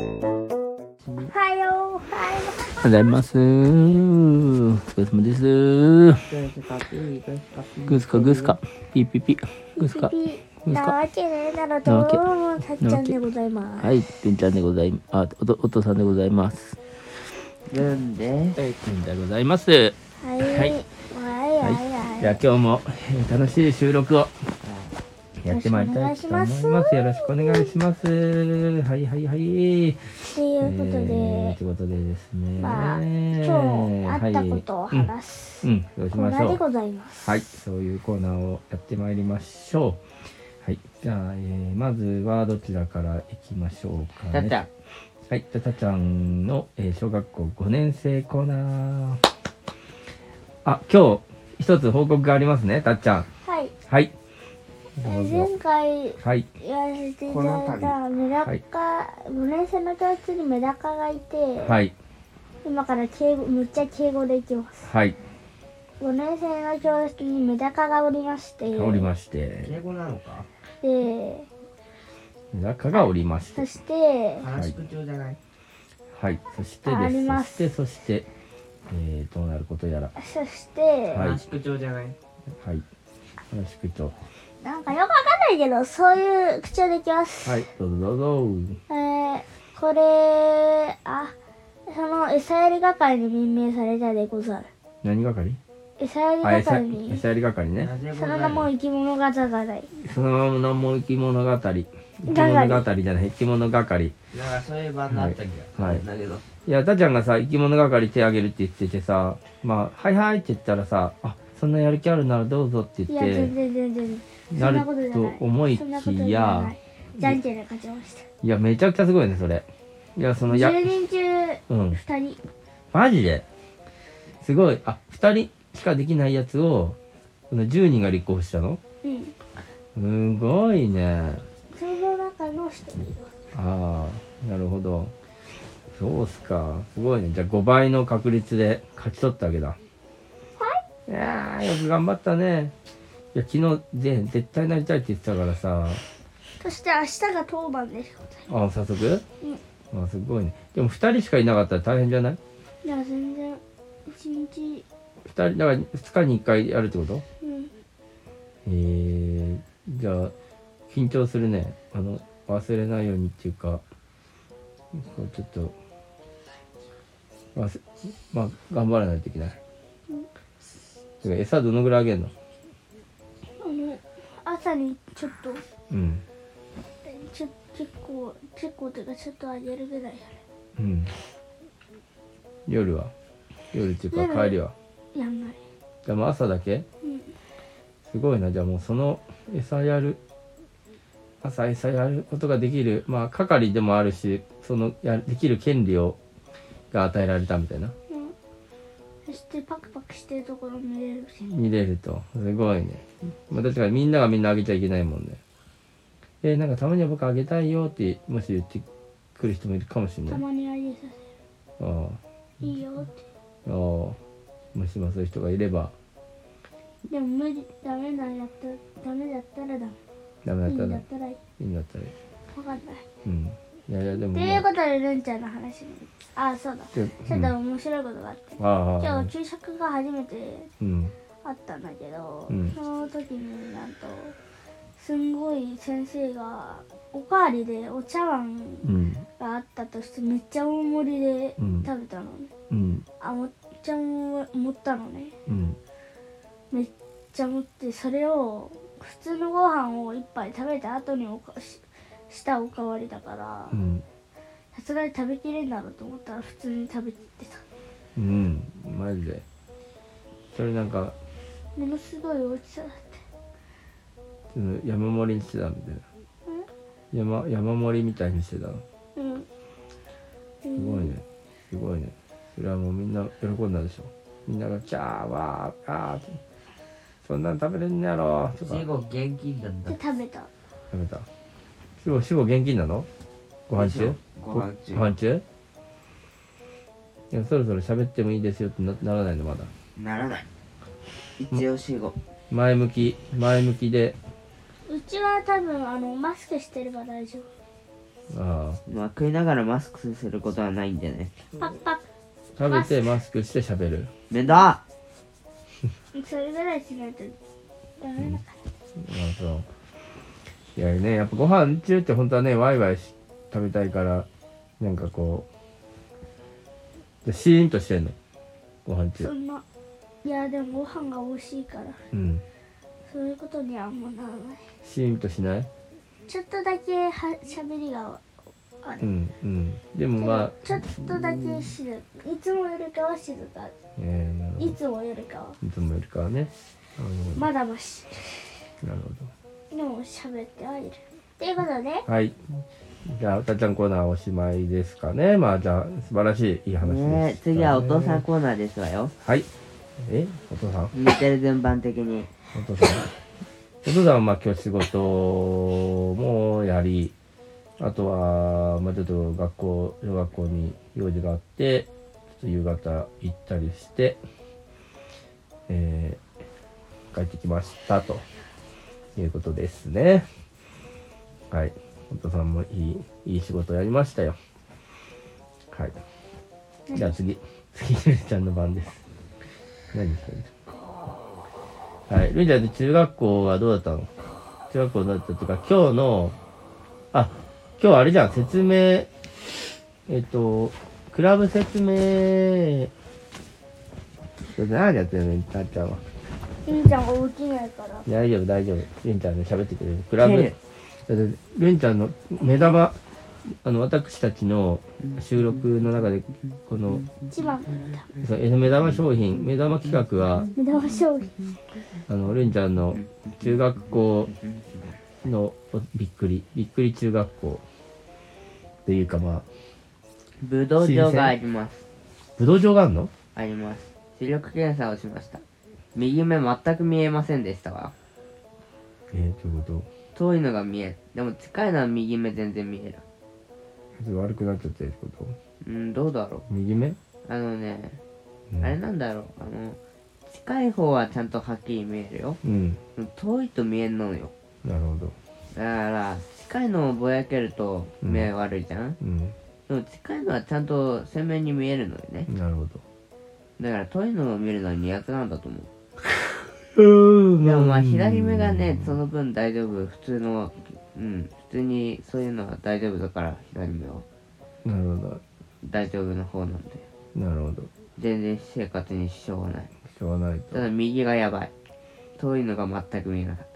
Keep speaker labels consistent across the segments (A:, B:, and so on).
A: おはよう、おはよ
B: おはようございます。お疲れ様です。グースかグースか。ピーピーピー。グース
A: う。
B: か。
A: ピ
B: グ
A: ピ
B: ース
A: な
B: か。
A: わけねえだろ、どうも、さっちゃんでございます。
B: はい、ペンちゃんでございます。あ、おと、お父さんでございます。
C: なんで
B: えペンでございます。はい。
A: はい、
B: は
A: はいい、はい、
B: じ
A: は
B: ゃあ
A: い。
B: 今日もえー楽しい収録をやってまいりたいと思います。よろしくお願いします。はいはいは
A: と
B: い。
A: いうこ
B: と
A: と
B: えー、
A: で
B: と、いうことでですね。
A: まあ、今日あったことを話す。
B: はいうん、うん、そうし
A: こん
B: まし
A: な
B: ょ
A: で
B: う。
A: ございます。
B: はい、そういうコーナーをやってまいりましょう。はい、じゃあ、えーまずはどちらからいきましょうか
C: た
B: ね。
C: っちゃん
B: はい、たたちゃんの、えー小学校5年生コーナー。あ、今日一つ報告がありますね、たっちゃん。
A: はい、
B: はい。どうぞ。
A: 前回。
B: はい。
A: やらせていただいたメダカ、胸線の教室にメダカがいて、
B: はい。
A: 今から敬語、むっちゃ敬語でいきます。
B: はい。
A: 5年生の教室にメダカがおりまして、
B: おりまして。
C: 語なのか
A: で、
B: 中がおりまし
A: そ。
B: て
A: して、
B: はい
C: 調じゃない
B: はい。そして
A: ああ
B: で
A: り
B: す。そ
A: ま
B: し
A: す
B: て、そして、えー、どうなることやら。
A: そして、
B: はい
C: 縮調じゃない
B: はい。よろしくと。
A: なんかよくわかんないけど、そういう口調でいきます。
B: はい。どうぞどうぞ。
A: えー、これ、あ、その餌やり係に任命されたでござる。
B: 何係
A: 餌やり
B: あ、餌
A: 係に、
B: 餌やり係ね。
C: ぜ
A: その名も生き物語係。
B: そのままのも生き物語。生き物語じゃない、生き物係。
C: なんかそういうバンドあったっけ
B: はいはい
C: だけど
B: いや、たちゃんがさ、生き物係手あげるって言っててさ、まあ、はいはいって言ったらさ、あ、そんなやる気あるならどうぞって
A: い
B: 言
A: や、
B: っ
A: 全
B: て、
A: 然全然。そ
B: なんる
A: なことじゃ
B: と
A: ない。
B: 思い
A: そんなこと
B: き
A: じゃな
B: や
A: い、。じゃんけんで勝ちました。
B: いや、めちゃくちゃすごいね、それ。いや、その、や、
A: 10人中
B: うん。
A: 2人。
B: マジですごい。あ、二人しかできないやつを、その10人が立候補したの
A: うん。
B: すごいね。
A: その中の1人。
B: ああなるほどそうっすかすごいねじゃあ5倍の確率で勝ち取ったわけだはいやーよく頑張ったねいや昨日で絶対なりたいって言ってたからさ
A: そして明日が当番です。
B: あ早速あすごいねでも2人しかいなかったら大変じゃない
A: いや、全然、1日、
B: 2人だから2日に1回やるってこと
A: うん。
B: えー、じゃあ緊張するねあの忘れないようにっていうかこうちょっと忘れまあ頑張らないといけない、てか餌どのぐらいあげるの
A: あの朝にちょっと
B: うん
A: ちょ結構結構というかちょっとあげるぐらい
B: うん夜は夜っていうか
A: 夜
B: 帰りは
A: やんない
B: でも朝だけ
A: うん
B: すごいなじゃあもうその餌やる朝餌やることができるまあ係でもあるしそのやできる権利をが与えられたみたいな
A: うんそしてパクパクしてるところ見れるし
B: 見れるとすごいね、まあ、確かにみんながみんなあげちゃいけないもんねえーなんかたまには僕あげたいよってもし言ってくる人もいるかもしれな
A: た
B: い
A: まにあげさ
B: ああ
A: せるいいよって
B: ああもしもそういう人がいれば
A: でも無理ダメなんやったらダメだったらダ
B: ダメ
A: メい
B: だっ
A: い
B: た
A: んだ
B: ら
A: っ
B: い
A: たらいい
B: いんだったら
A: わかんない
B: うんいやいやでも
A: と
B: まあ
A: いうことでルンちゃんの話にあそうだ
B: で
A: ちょっと面白いことがあって
B: うん、ああ
A: 今日注釈が初めて
B: うん
A: あったんだけど、
B: うん
A: その時になんとすんごい先生がおかわりでお茶碗
B: うん
A: があったとしてめっちゃ大盛りで
B: うん
A: 食べたのね、
B: うん
A: あもっちゃも持ったのね
B: うん
A: めっちゃ持ってそれを普通のご飯を一杯食べた後におかししたおかわりだから
B: うん
A: さすがに食べきれんだろうと思ったら普通に食べきってた
B: うんマジでそれなんか
A: ものすごい大きさだった
B: その山盛りにしてたみたいな山山盛りみたいにしてたの
A: うん
B: すごいね。すごいね。それはもうみんな喜んだでしょ。みんながキャーわーあーって。そんなん食べれんのやろとか
C: 死
B: 食
C: 後現金なんだ
A: で食べた
B: べた。主語主語現金なの？ご飯中？
C: ご飯中
B: ご飯中？いやそろそろ喋ってもいいですよってなならないのまだ。
C: ならない一応死後
B: 前向き前向きで
A: うちは多分あのマスクしてれば大丈
B: ああ
D: まあ食いながらマスクすることはないんでね。
A: 夫パッパ
B: 食べてマスクして喋る
D: 面倒
A: ッそれぐらいしないとダメだか
B: あそういやねやっぱご飯中って本当はねワイワイし食べたいからなんかこうでシーンとしてんのご飯
A: ら、
B: 中
A: そんないやでもご飯が美味しいから
B: うん
A: そういうことにはあんまならない
B: シーンとしない
A: ちょっとだけは喋りがあ
B: う
A: る、
B: んうんでもまあ
A: ちょっとだけ静いつもよりかは静か
B: えー、なるほ
A: いつもよりかは
B: どいつもよりかはねなるほ
A: まだまし
B: どなる
A: でも喋ってはいるということで
B: ほどはいじゃあたっちゃんコーナーおしまいですかねまあじゃあ素晴らしいいい話でした、
D: ねえ、次はお父さんコーナーですわよ。
B: はいえお父さん
D: 見てる全般的に。
B: お父さん。お父さんはまあ今日仕事もやり、あとは、まあちょっと学校、小学校に用事があって、ちょっと夕方行ったりして、えー帰ってきましたということですね。はい。お父さんもいい、いい仕事やりましたよ。はい。じゃあ次、次、ゆりちゃんの番です。何それはい、ルイちゃんって中学校はどうだったの中学校どうだったっていうか、今日の、あ、今日あれじゃん、説明、えっと、クラブ説明、ちょっと何やってるのたっちゃんは。
A: ゆいちゃんが起きないから
B: 大丈夫、大丈夫。ルンちゃんね、喋ってくれる。クラブ、
D: 蹴る
B: だってルンちゃんの目玉、あの、私たちの収録の中で、この、
A: 一番目玉
B: その目玉商品、目玉企画は、
A: 目玉商品
B: あの、ルンちゃんの中学校のおびっくり、びっくり中学校っていうかまあ、
D: ぶどう場があります。
B: 武道場があるの
D: あります。視力検査をしました。右目全く見えませんでしたわ。
B: えー、というこ
D: 遠いのが見える。でも近いのは右目全然見える。
B: と悪くなっちゃってるってこと
D: うん、どうだろ
B: 右目、
D: う。あのね、
B: うん、
D: あれなんだろう。あの、近い方はちゃんとはっきり見えるよ。
B: うん、
D: 遠いと見えんのよ。
B: なるほど。
D: だから、近いのをぼやけると目悪いじゃん、
B: うん、
D: でも近いのはちゃんと鮮明に見えるのよね。
B: なるほど。
D: だから遠いのを見るのは苦手なんだと思う。
B: うーん
D: でもまあ左目がね、その分大丈夫。普通の、うん、普通にそういうのは大丈夫だから、左目は。
B: なるほ
D: 大丈夫の方なんで。
B: ど、なるほど。
D: 全然生活に支障がない。
B: しょうがないと
D: た。だ右がやばい。遠いのが全く見えなかっ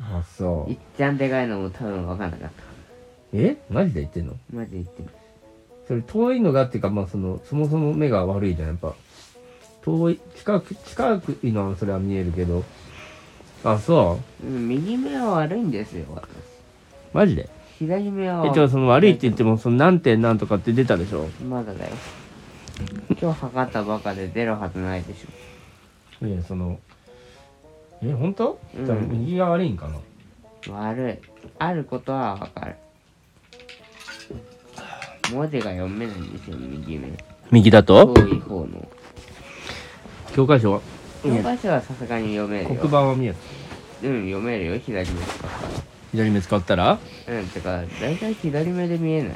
B: あ、そ
D: た。いうっ。ちゃんでかいのも多分分からなかった。
B: えマジで言ってんの
D: マジで言ってる。
B: それ遠いのがっていうか、まあその、そもそも目が悪いじゃん、やっぱ。遠い、近く、近くいのはそれは見えるけど。あ、そう
D: うん、右目は悪いんですよ、私。
B: マジで
D: 左目は
B: え、じゃあその悪いって言っても、その何点何とかって出たでしょ
D: まだだよ。今日測ったばかで出るはずないでしょ。
B: いや、その、え、本当
D: うん
B: じゃあ右が悪いんかな
D: 悪いあることはわかる文字が読めないんですよ右目
B: 右だ
D: 遠い方の
B: 教科書は
D: 教科書はさすがに読める
B: 黒
D: よ
B: 板は見える。
D: うん読めるよ左目
B: 左目使ったら
D: うんてか大体左目で見えない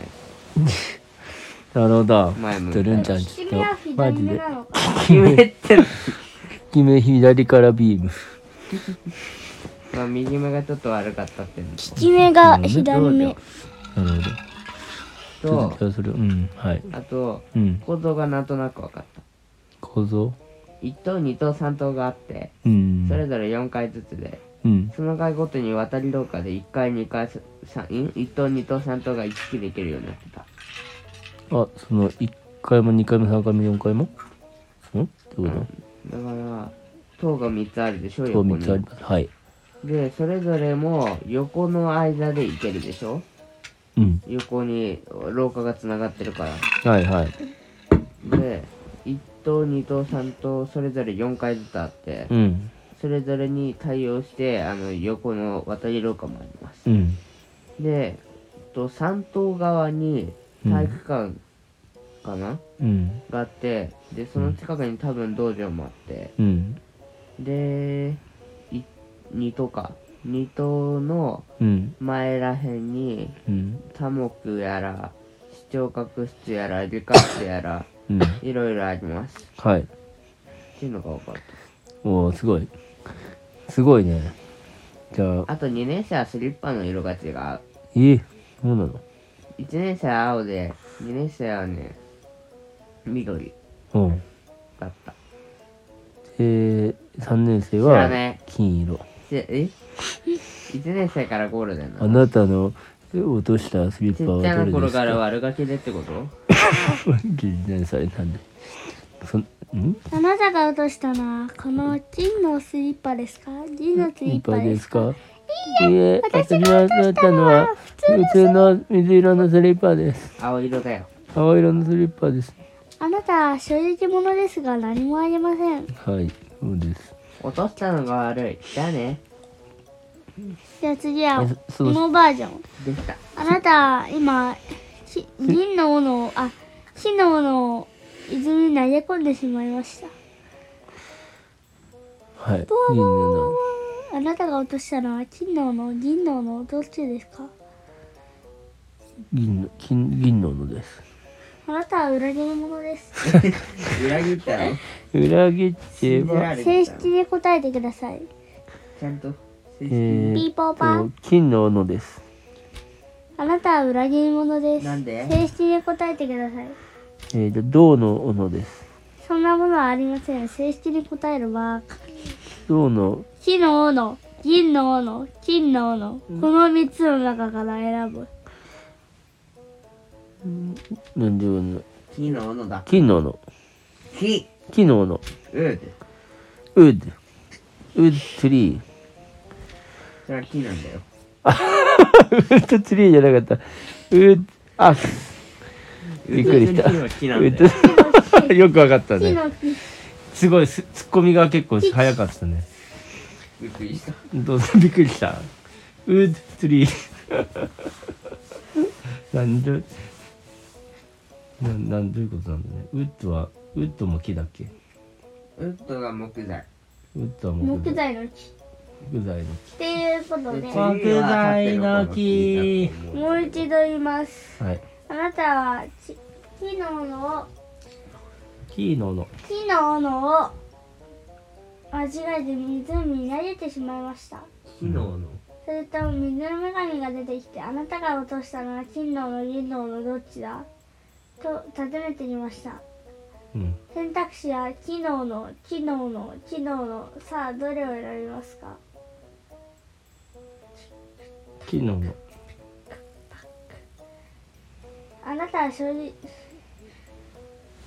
B: なるほど
D: 前向い
B: ちょ
D: て
B: っとルンちゃん、ちょ
A: 君は
B: っと、マ
A: 左
B: ジ
A: 目
B: で、
A: なのか
D: 決めてる
B: 君左からビーム。
D: まあ右目がちょっと悪かったっていうの
A: 利き目が左
D: うん
A: 目
D: ど
B: なるほど。ちょっと
D: と
B: じゃあそれを、うん、はい。
D: あと
B: うん。
D: 構造がなんとなく分かった
B: 構造
D: 1等2等3等があって
B: うん。
D: それぞれ4回ずつで
B: うん。
D: その回ごとに渡り廊下で1回2回三ん1等2等3等が行き来できるようになってた
B: あ、その、1回も2回も3回も4回もんってこと
D: だから塔が3つあるでしょ
B: そう
D: 横
B: 3
D: に
B: つあります。はい。
D: でそれぞれも横の間で行けるでしょ
B: うん。
D: 横に廊下がつながってるか
B: はいはい。
D: らで1等2等3等それぞれ4回ずつあって
B: うん。
D: それぞれに対応してあの横の渡り廊下もあります
B: うん。
D: でと3等側に体育館かな、
B: うん。
D: があってでその近くに多分道場もあって、
B: うん。
D: でい2とか二頭の
B: うん
D: 前らへんに
B: うん
D: 多目やら視聴覚室やら理科室やら
B: うん
D: いろいろあります
B: はい
D: っていうのが分かっ
B: おおすごいすごいねじゃあ
D: たあと2年生はスリッパの色が違う
B: えー、そうなの
D: 1年生は青で2年生はね緑
B: うん
D: だった
B: で3年生
D: 知ら
B: は
D: ない
B: 金色
D: せえ1年生からゴールデンな
B: あ
D: の
B: なたの落としたスリ
D: ち
B: ッパ
D: っち
B: は
D: ゃな
B: どれ
D: 頃
B: ですか
D: から悪ガキでってこと
B: 10年祭なんでそんん
A: あなたが落としたのはこの銀のスリッパですか銀のス
B: い
A: リッ
B: っ
A: パ
B: ぱい
A: で
B: ですす
A: か
B: かいいえ私が落としたのは普通の水色のスリッパです
D: 青色だよ
B: 青色のスリッパです
A: あなた正直者ですが何もありません
B: はいそうです
D: 落としたのが悪いじゃあね
A: じゃあ次は
B: あそう
A: このバージョン
D: できた
A: あなた今し銀の斧をあ死の斧を泉に投げ込んでしまいました
B: はいいいね
A: ボーボー
B: な
A: あなたが落としたのは金の斧銀の斧どっちですか
B: 銀の金銀の斧です
A: あなたは裏切り者です
D: 裏切ったの
B: 裏切って
D: 信じ
B: は
D: られ
A: 正
D: てた
A: 式に答えてください
D: ちゃんと
B: え
D: 正式に
B: ー
A: ピーポーパー
B: と金の斧です
A: あなたは裏切り者です
D: なんで
A: 正式に答えてください
B: えーと銅の斧です
A: そんなものはありません正式に答えるは
B: 銅の
A: 木の斧銀の斧金の斧この3つの中から選ぶ
B: なんで斧
D: 木の斧だ
B: 金の斧
D: 木
B: 金の斧
D: うん
B: ウッドウッドツ リー
D: それは木なんだよ
B: ウッドツリーじゃなかった。ウッドアックス。びっくりした。
D: ウ
B: ウ
D: ッドの木は木なんだよ
B: ッド よくわかった
A: 木
B: ね。
A: の木
B: すごいす、ツッコミが結構早かったね。
D: びっくりした
B: どうぞびっくりした。ウッドツリー。 なんで、ななんどういうことなんだね。ウッドは、ウッドも木だっけ
D: ウッドが木材
B: ウッドは木
A: 木
B: 材。
A: 材の木っ
B: 木材の
A: ていうことで
D: で
A: も
B: 木材の木
A: う一度言います
B: 木。はい。
A: あなたはち木の斧を
B: 木のの。
A: 木の斧を間違えて湖に投げてしまいました
C: 木の斧
A: すると水の女神が出てきてあなたが落としたのは金の斧銀の斧どっちだと尋ねてきました
B: うん。
A: 選択肢は機能の機能の機能のさあどれを選びますか
B: 木のの。
A: あなたは正直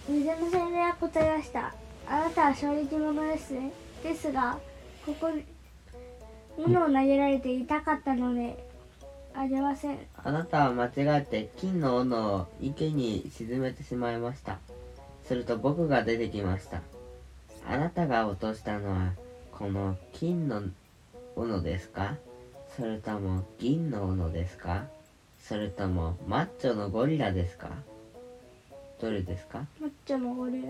A: 水の精霊は答えましたあなたは正直者ですねですがここに物を投げられて痛かったのであげません
D: あなたは間違って金の斧を池に沈めてしまいましたすると僕が出てきましたあなたが落としたのはこの金の斧ですかそれとも銀の斧ですかそれともマッチョのゴリラですかどれですか
A: マッチョのゴリラ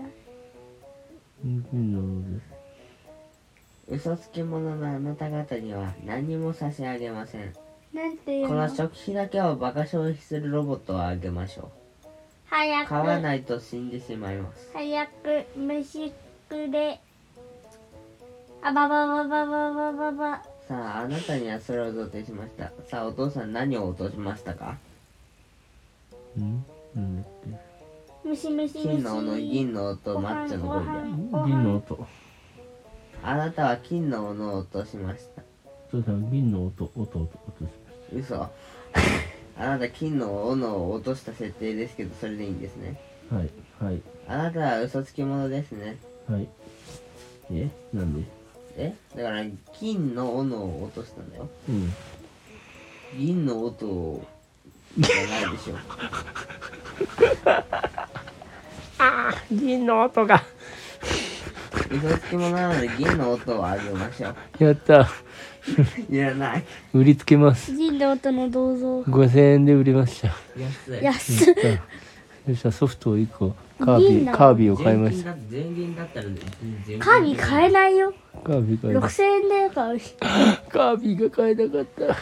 B: 金ののです。
D: 嘘つき者のあなた方には何も差し上げません
A: なんていう
D: こ
A: の
D: の食費だけをバカ消費するロボットをあげましょ
A: 早
D: う買わ
A: く
D: ないと死んでしまいます
A: 早く飯くれあばばばばばばばば
D: さあ、あなたにはそれを贈呈しました。さあ、お父さん何を落としましたか
B: うんなんだっけ
A: 虫虫虫
D: 金の斧、銀の音、マッチョのゴリラ。
B: 銀の音。
D: あなたは金の斧を落としました。
B: そうさん、銀の音、音、音、音し
D: 嘘。 あなた金の斧を落とした設定ですけど、それでいいんですね。
B: ます。はい、はい、
D: あなたは嘘つき者ですね。
B: はい。え、なんで。
D: えだから、金の斧を落としたんだよ。
B: うん。
D: 銀の音を、じゃないでしょう。
B: 銀の音が。
D: 嘘つき者なので銀の音をあげましょう。
B: やった。
D: いらない。
B: 売りつけます。
A: 銀の音の銅像
B: 五千円で売りました。
C: 安い
A: 安っ
B: そしたらソフトを一個カービ
A: 銀
B: ィ
A: だ
B: カービィを買いま
C: 純
B: し
C: 金だ純銀だったら純
A: カービィ買えないよ
B: たカービィ買いまし
A: 6000円だよ買う人
B: たカービィが買えなかった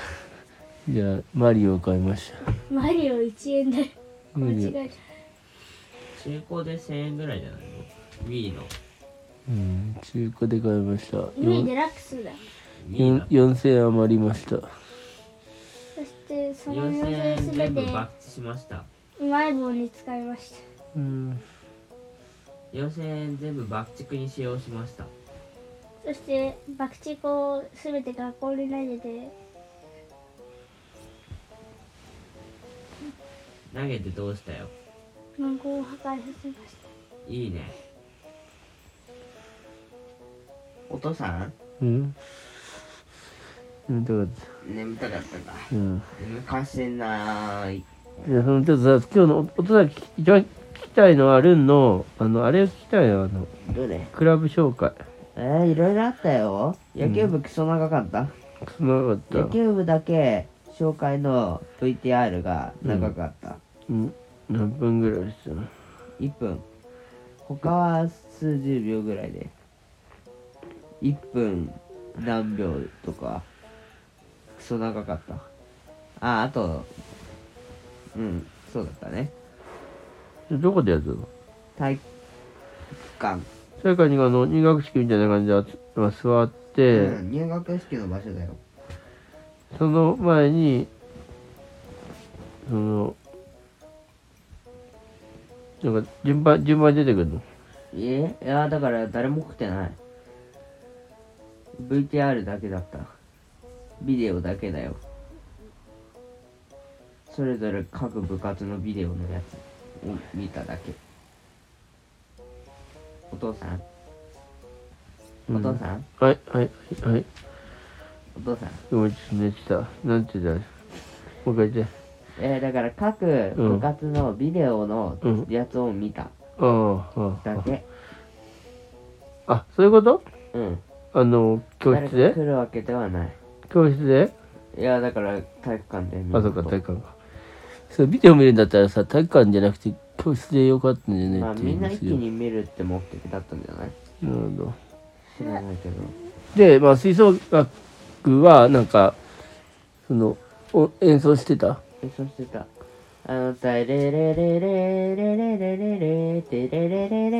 B: じゃあマリオを買いました
A: マリオ1円だよ
B: マ
A: 間違
B: リオ
A: え
C: 中古で1000円ぐらいじゃないの Wii の
B: うん中古で買いました
A: た2位デラックスだ
C: Wii だ
B: 4000円余りました
A: そしてその
C: 4000
A: 4000円
C: 円
A: すべ
C: 全
A: て
C: 部バッチしました
A: うまい棒に使いました
B: うん
C: 4000円全部爆竹に使用しました
A: そして爆竹をすべて学校に投げて
C: 投げてどうしたよ
A: 文庫を破壊させまし
C: いいね
D: お父さん
B: うん眠たかった
D: 眠たかったか
B: うん
D: 眠かしてない
B: いやそのちょっとさ今日のお音だけ聞き一番聞きたいのはルンのあのあれを聞きたいよあの
D: どれ
B: クラブ紹介
D: えー、いろいろあったよ野球部クソ長かった、
B: つながった
D: 野球部だけ紹介の VTR が長かった、
B: うん何分ぐらいでしたの
D: 1分他は数十秒ぐらいで1分何秒とかクソ長かったああとうんそうだったね
B: でどこでやったの
D: 体育館、
B: それかにあの入学式みたいな感じで集まあ座って、
D: うん、入学式の場所だよ
B: その前にそのなんか順番順番に出てくるの
D: えいやだから誰も来てない VTR だけだったビデオだけだよそれぞれ各部活のビデオのやつを見ただけお父さんお父さん、
B: はいはいはい
D: お父さん
B: ごめんちょっと寝てたなんて言ったもう一回言って
D: えー、だから各部活のビデオの
B: うん
D: やつを見た
B: あああ
D: だけ
B: ああそういうこと
D: うん
B: あの教
D: 誰
B: 室
D: か来
B: で
D: るわけではない
B: 教室で
D: いやだから体育館で見
B: あ
D: る
B: そうか
D: と
B: 体育館かそうビデオ見るんだったらさ体育館じゃなくて教室でよかったんじゃ
D: ま
B: ない
D: あ
B: って
D: み
B: いうんん
D: な
B: で
D: 一
B: す
D: 気
B: けどな
D: に見るって目的だったんじゃない
B: るほど
D: 知らないけど
B: で、まあ、吹奏楽はなんかそのお演奏してた
D: えそしてたあのさレレレレレレレレレテレレレレレレレレレレ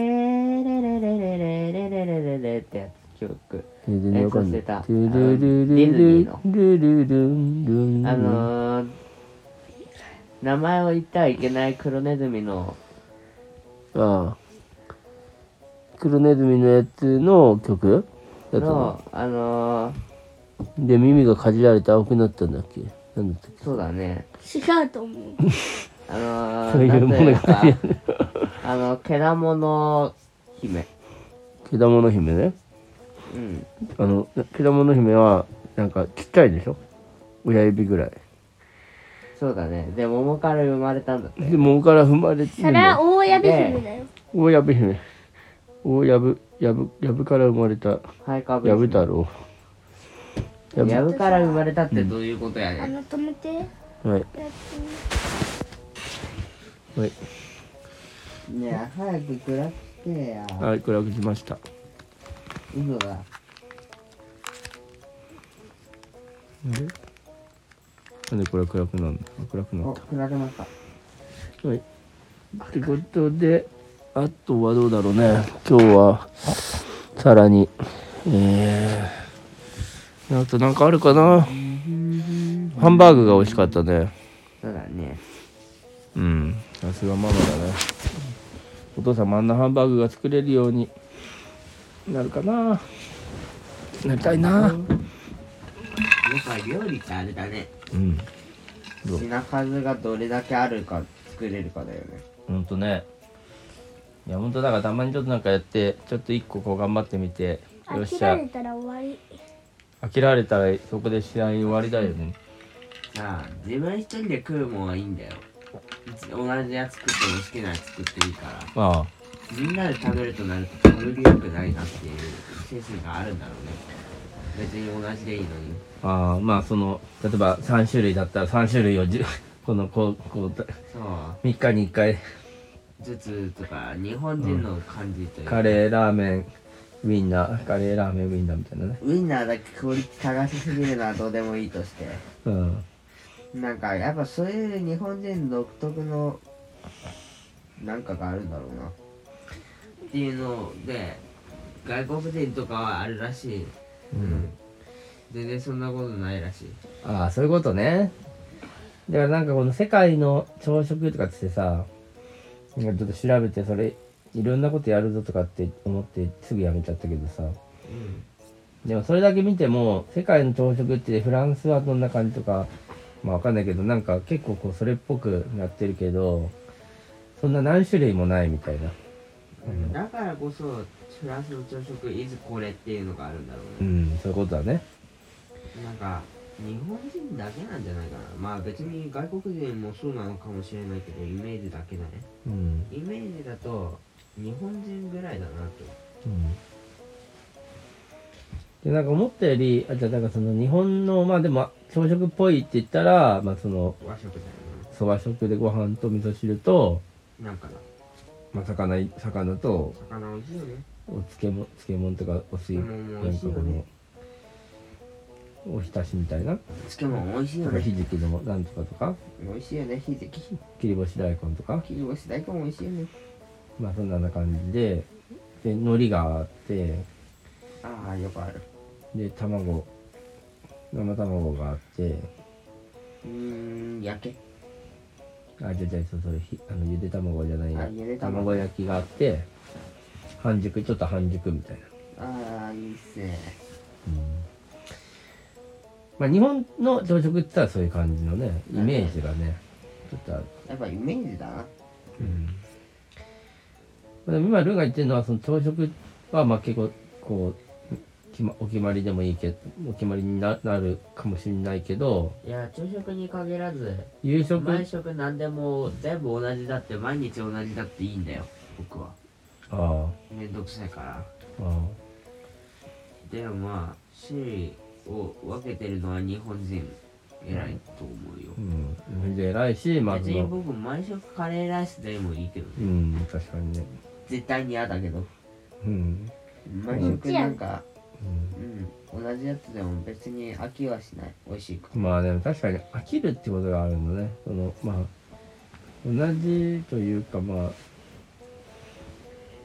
D: レレレレってやつ曲
B: 全然わかんない
D: 演奏してた
B: トゥルルル
D: ディ
B: ル
D: ズニーの
B: ルルルンルン
D: あのー、名前を言ってはいけない黒ネズミの
B: ああ黒ネズミのやつの曲だったの
D: のあのー、
B: で耳がかじられて青くなったんだっけなんだったっけ
D: そうだね
A: た違うと思う
D: あの
B: そう
D: ー、
B: いう
D: なんとい
B: 物
D: う
B: 語
D: か
B: やね
D: あのけだもの姫
B: けだもの姫ね
D: うん
B: あの、けだもの姫は、なんかちっちゃいでしょ親指ぐらい。
D: そうだねで桃から生まれたんだって
B: で、桃から踏まれて
A: そ
B: る
A: れは
B: の。
A: 大矢部姫だよ
B: 大やぶ姫。大やぶ、やぶ、やぶから生まれた、
D: はいかぶ
B: やぶ太郎。や
D: やぶから生まれたってどういうことやね
A: あ
D: ん
A: の止めてや
B: ぶ、はい、
A: つ
B: はい、
D: ねえ早く暗くしてや
B: はい、暗くしました。
D: 嘘だ
B: なんでこれ暗くなるの暗くな
D: お
B: っ
D: 暗くなった
B: た。はい。ってことで、あとはどうだろうね。今日は、さらに、えー、あとなんかあるかなハンバーグが美味しかったね。
D: そうだね
B: うん。さすがママだね。お父さんもあんなハンバーグが作れるようになるかな。なりたいな。
D: なんか料理ってあれだね
B: うん。そう
D: 品数がどれだけあるか作れるかだよね
B: ほんとね。いや、ほんとだからたまにちょっとなんかやって、ちょっと一個こう頑張ってみて、よっ
A: 飽き
B: し
A: ら
B: ゃ
A: れ。たら終わり
B: 飽きられたらそこで試合終わりだよね。
D: さあ自分一人で食うもんはいいんだよ同じやつ作っても好きなやつ作っていいから
B: ああ。
D: みんなで食べるとなると食べりよくないなっていう精神があるんだろうね別に同じでいいのに
B: ああ、まあその、例えば3種類だったら3種類をじゅこの、こう、こう、
D: そう
B: 3日に1回
D: 頭痛とか日本人の感じというか、
B: カレーラーメンウインナーカレーラーメンウインナーみたいなね
D: ウインナーだけクオリティ高しすぎるのはどうでもいいとして
B: うん
D: なんかやっぱそういう日本人独特のなんかがあるんだろうな
C: っていうので外国人とかはあるらしい
B: うん
C: 全然そんなことないらしい
B: ああそういうことねだからなんかこの世界の朝食とかっつってさなんかちょっと調べてそれいろんなことやるぞとかって思ってすぐやめちゃったけどさ
C: うん
B: でもそれだけ見ても世界の朝食ってフランスはどんな感じとかまあわかんないけどなんか結構こうそれっぽくなってるけどそんな何種類もないみたいなうん
C: だからこそフランスの朝食いずこれっていうのがあるんだろう
B: う
C: ね、
B: んそういうことだね
C: なんか日本人だけなんじゃないかなまあ別に外国人もそうなのかもしれないけどイメージだけだね
B: うん
C: イメージだと日本人ぐらいだなと
B: うんでなんか思ったよりあじゃあなんかその日本のまあでも朝食っぽいって言ったらまあその
C: 和食だよ
B: そば食でご飯と味噌汁と、
C: ななんかな
B: まあ、魚い魚と
C: 魚美味しいよね
B: お漬物漬物とかお水
C: 漬物も美味しいよね
B: なんかこのおひたしみたいな
D: 漬物美味しい
B: と
D: よ
B: か
D: ね
B: ひじきのなんとかとか
D: 美味しいよねひじき
B: 切り干し大根とか
D: 切り干し大根美味しいよね
B: まあそんな感じでで海苔があって
D: ああよくある
B: で卵生卵があって
D: うーん焼け
B: あじゃじゃそうそれひあのゆで卵じゃない
D: あ
B: や
D: ゆで卵
B: 卵焼きがあって半熟ちょっと半熟みたいな、
D: ああいいっすね
B: まあ日本の朝食って言ったらそういう感じのねイメージがねちょっとある
D: やっぱイメージだな
B: まあでも今ルーが言ってるのはその朝食はまあ結構こう決まお決まりでもいいけどお決まりにななるかもしれないけど
C: いや朝食に限らず
B: 夕食
C: 毎食何でも全部同じだって毎日同じだっていいんだよ僕は
B: あ
C: めんどくさいから
B: ああ
C: でもまあ種類を分けてるのは日本人偉いと思うよ
B: あ、うん全然偉いしまあそ
C: 別に
B: の
C: 僕毎食カレーライスでもいいけどね
B: うん確かにね
D: 絶対に嫌だけど
B: うん、
D: 毎食なんか
B: うん
D: うん同じやつでも別に飽きはしない美味しいか
B: まあでも確かに飽きるってことがあるのねそのまあ同じというかまあ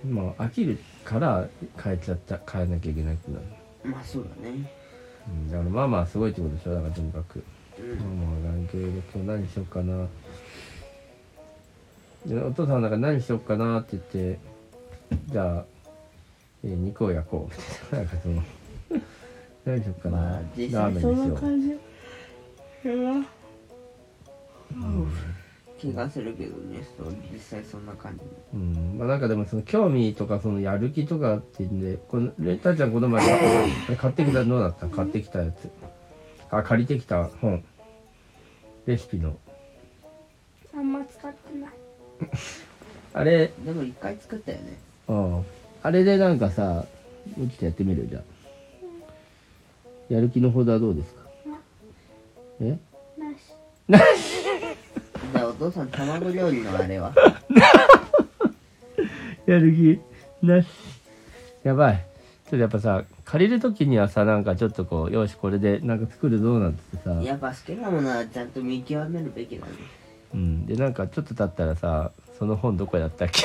B: まあ飽きるから変えちゃった変えなきゃいけないってなる
D: らまあそうだね
B: うんだからまあまあすごいってことでしょだからとにかく
D: うん
B: まあまあランキング今日何しようかなでお父さんなんか何しようかなって言ってじゃあ、えー肉を焼こうみたいななんかその 何しようかな、
D: まあ実際
B: ラーメンに
A: そ
B: し
A: ん
B: よ
A: な
B: う
A: 感じうん
D: 気がするけどねそう実際そんな感じ
B: うんまあなんかでもその興味とかそのやる気とかっていうんでこのレタちゃんこの前あ れ買ってきたどうだった買ってきたやつあ借りてきた本レシピの
A: あんま使ってない
B: あれ
D: でも一回作ったよね
B: うんあれでなんかさもうちょっとやってみるじゃあやる気のほどはどうですかえ
A: なし
D: じゃあお父さん卵料理のあ れは
B: やる気なしやばいちょっとやっぱさ借りる時にはさなんかちょっとこうよしこれでなんか作るぞなんつってさ、
D: やっぱ好きなものはちゃんと見極めるべきだね
B: うん、でなんかちょっと経ったらさその本どこやったっけ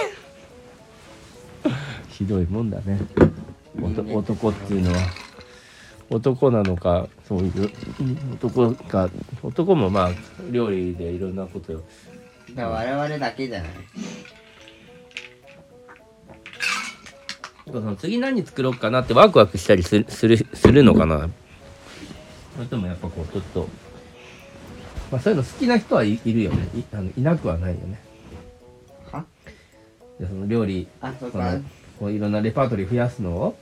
B: ひどいもんだねおと男っていうのは男なのかそういう男か男もまあ料理でいろんなことよ
D: だから我々だけじゃない
B: その次何作ろうかなってワクワクしたりするするするのかなそれともやっぱこうちょっと、まあ、そういうの好きな人はい、いるよねいあのいなくはないよね
D: は
B: でその料理
D: あそう
B: そ
D: かう
B: の
D: ん
B: こういろんなレパートリー増やすのを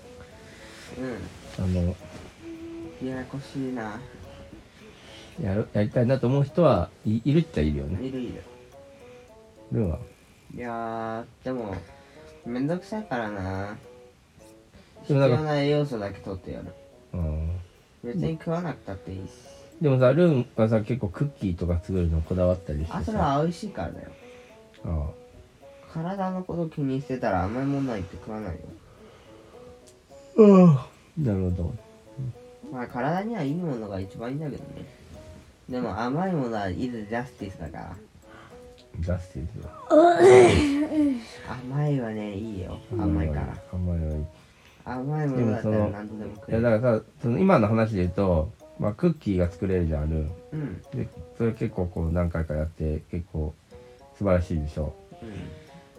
B: あの
D: ややこしいな
B: やるやりたいなと思う人はいいるっちゃいるよね
D: いるいる
B: ルーはい
D: やーでもめんどくさいからな必
B: でもなんか
D: 要な栄養素だけ取ってやる
B: うん
D: 別に食わなくたっていいし
B: でもさルーンはさ結構クッキーとか作るのこだわったりしてさ
D: あそれは美味しいからだよ
B: ああ
D: 体のこと気にしてたら甘いものなんて食わないよ
B: なるほど
D: まあ体にはいいものが一番いいんだけどねでも甘いものは is justice だから
B: 出してるよ
D: 甘いはねいいよ甘いから
B: 甘いはいい
D: 甘いものだった
B: でも
D: ら
B: その
D: 何とでも
B: い
D: 食え
B: や
D: る
B: だからさその今の話で言うと、まあ、クッキーが作れるじゃんある
D: うん
B: でそれ結構こう何回かやって結構素晴らしいでしょ
D: うん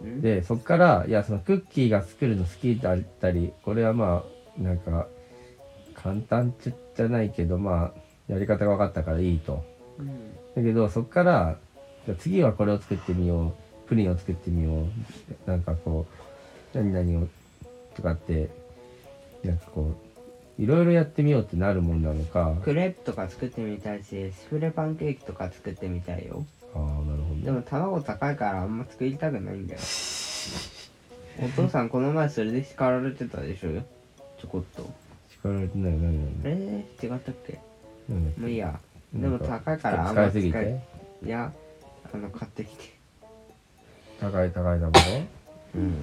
D: うん
B: でそっからいやそのクッキーが作るの好きだったりこれはまあなんか簡単じゃないけどまあやり方が分かったからいいと
D: うん
B: だけどそっからじゃあ次はこれを作ってみようプリンを作ってみようなんかこう何々をとかってなんかこういろいろやってみようってなるもんなのか
D: クレープとか作ってみたいしスフレパンケーキとか作ってみたいよ
B: ああなるほ
D: でも卵高いからあんま作りたくないん だよお父さんこの前それで叱られてたでしょちょこっと
B: 力入れてないよ何々
D: あれ違ったっけ
B: なんだっけ
D: もういいやで
B: なん
D: も高いからあん
B: 使
D: ま
B: いすぎて
D: いやあの買ってきて
B: 高い高いだもん
D: うん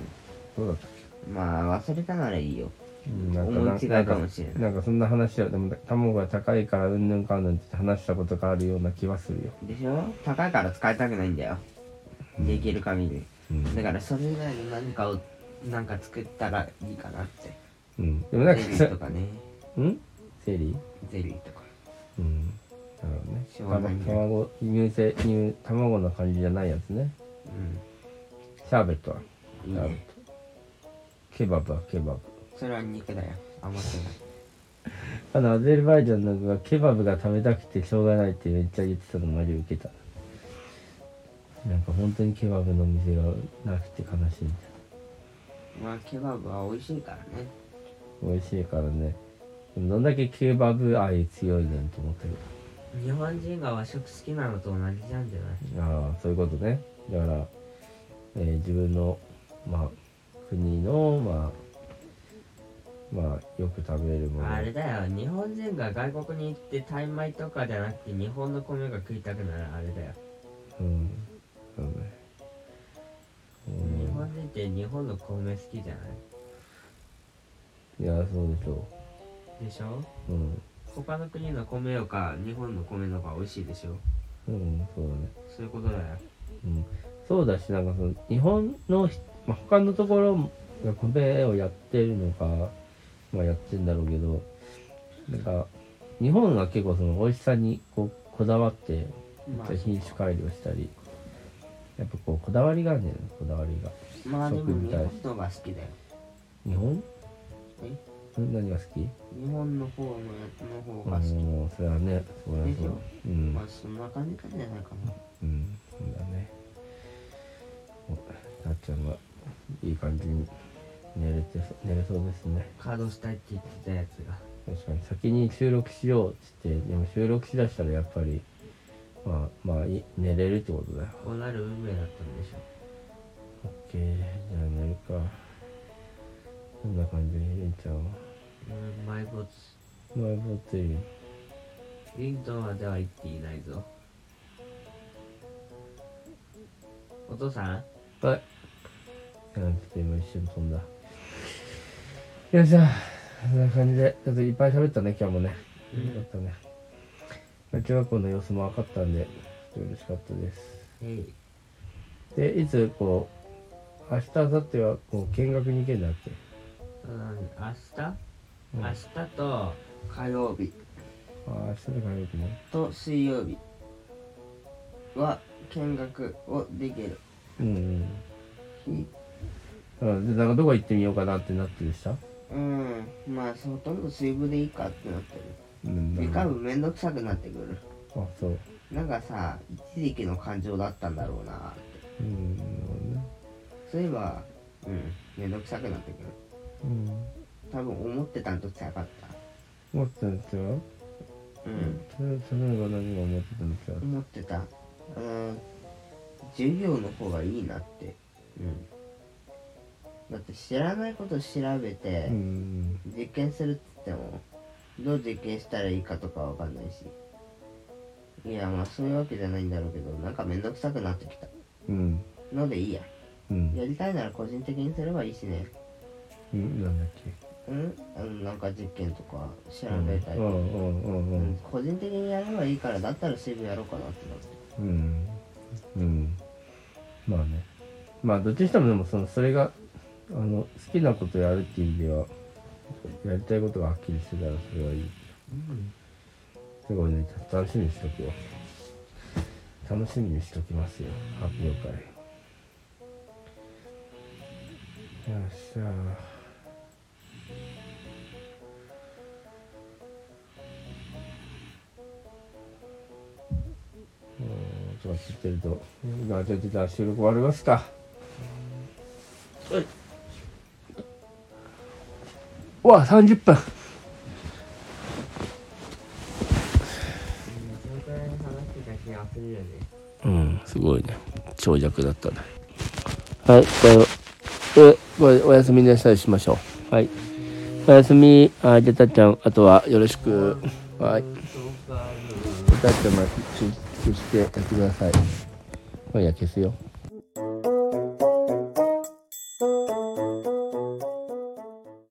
B: そうだったっ
D: まあ忘れたならいいよ
B: けうんなんか
D: 思い違いかも
B: ん
D: しれない
B: かなんかそんな話はでも卵が高いからうんぬんかんぬんって話したことがあるような気はするよ、
D: でしょ高いから使いたくないんだよできる限り
B: うん
D: だからそれ以外の何かをなんか作ったらいいかなって
B: うん、でも
D: ゼ
B: なん
D: リ
B: か
D: ーとか ね
B: うんセリ
D: ゼリーとか
B: うんなるほどね
D: しょうがないね
B: 卵乳製乳卵の感じじゃないやつね
D: う
B: シャーベットはシ
D: んいい
B: ャーベッ
D: ね
B: トケバブはケバブ
D: それは肉だよ甘くない
B: あのアゼルバイジャンの子がケバブが食べたくてしょうがないってめっちゃ言ってたのマジウケたなんか本当にケバブの店がなくて悲しいみ
D: まあケバブは美味しいからね
B: たいな美味しいからねでもどんだけケバブ愛強いねんと思ってる
D: 日本人が和食好きなのと同じなんじゃない
B: ああそういうことねだから、えー自分のまあ国のまあまあよく食べるもの
D: あれだよ日本人が外国に行ってタイ米とかじゃなくて日本の米が食いたくなるあれだよ、
B: うんそうね
D: 日本人って日本の米好きじゃない
B: うんいやそうでしょ
D: でしょ
B: ううん
D: 他の国の米よか日本の米の方が美味しいでしょ
B: うんそうだね
D: そういうことだよ
B: うんそうだしなんかその日本のひ、まあ、他のところが米をやってるのかまあやってんだろうけどなんか日本は結構その美味しさにこうこだわって
D: まあ
B: 品種改良したりやっぱこうこだわりがあるんだよねこだわりが
D: まあで
B: 食
D: も
B: み
D: 日
B: たい
D: 本のが好きだよ
B: 日本
D: え
B: ん何が好き
D: 日本の方のやつの方が好き、
B: うんそれはねそれは
D: でし
B: そう
D: ょ
B: うん
D: まあそんな感じなんじゃないかな
B: うんそうだねおなっちゃんがいい感じに寝れてそ寝れそうですね
D: カードしたいって言ってたやつが
B: 確かに先に収録しようっつってでも収録しだしたらやっぱりまあまあい寝れるってことだよ
D: こうなる運命だったんでしょ
B: OK じゃあ寝るかこんな感じでゆりちゃんは
D: うん埋没
B: マイボトル
D: リントンまでは行っていないぞお父さん
B: はい。なんて今一瞬飛んだ。よいしょ。そんな感じで、ちょっといっぱい喋ったね、今日もね。
D: うん
B: よかったね。中学校の様子も分かったんで、ちょっと嬉しかったです。
D: えい
B: で、いつ、こう、明日、明後日は、こう、見学に行けんだっけ
D: そうだね
B: うん
D: 明日、明日と火曜日
B: ああ、明日で帰るくね。
D: と水曜日は見学をできる
B: うん
D: 日
B: うん。うん、で、なんかどこ行ってみようかなってなってるした
D: うんまあほとんど水分でいいかってなってる
B: うん
D: 理科
B: あ、
D: 部めんどくさくなってくる
B: そう。
D: なんかさ一時期の感情だったんだろうな
B: うん、なるほどね。
D: そういえばうんめんどくさくなってくる
B: うん。
D: 多分思ってたんと違かった
B: 思ってたんですよ。
D: うん
B: それ、それが何が思ってたんですよ。
D: 思ってたうん授業の方がいいなってうんだって知らないこと調べて
B: うん
D: 実験するっつってもどう実験したらいいかとかわかんないしいやまあそういうわけじゃないんだろうけどなんかめんどくさくなってきた
B: うん
D: のでいいや
B: ううん
D: やりたいなら個人的にすればいいしね
B: うんなんだっけ
D: うんあのなんか実験とか調
B: うん
D: べたり、
B: う
D: うん
B: んうんうんうん
D: 個人的にやればいいからだったら支部やろうかなってなって
B: うん、うん、まあねまあどっちにしてもでもそのそれがあの好きなことやるっていう意味ではやりたいことがはっきりしてたらそれはいいすごいね楽しみにしとくよ楽しみにしときますよ発表会よっしゃうんそうやって言ってると今ちょっとじゃあ収録終わりますか
D: はい
B: おわ30分
C: そのくらいの話が気がするよね
B: うん、すごいね。長尺だったね。はい、じゃあ、え、これおやすみなさいしましょう。はい。おやすみ、あ、じゃあたっちゃん、あとはよろしく。はい。
C: そうか
B: たっちゃんも消し消してやってください。今夜消すよ。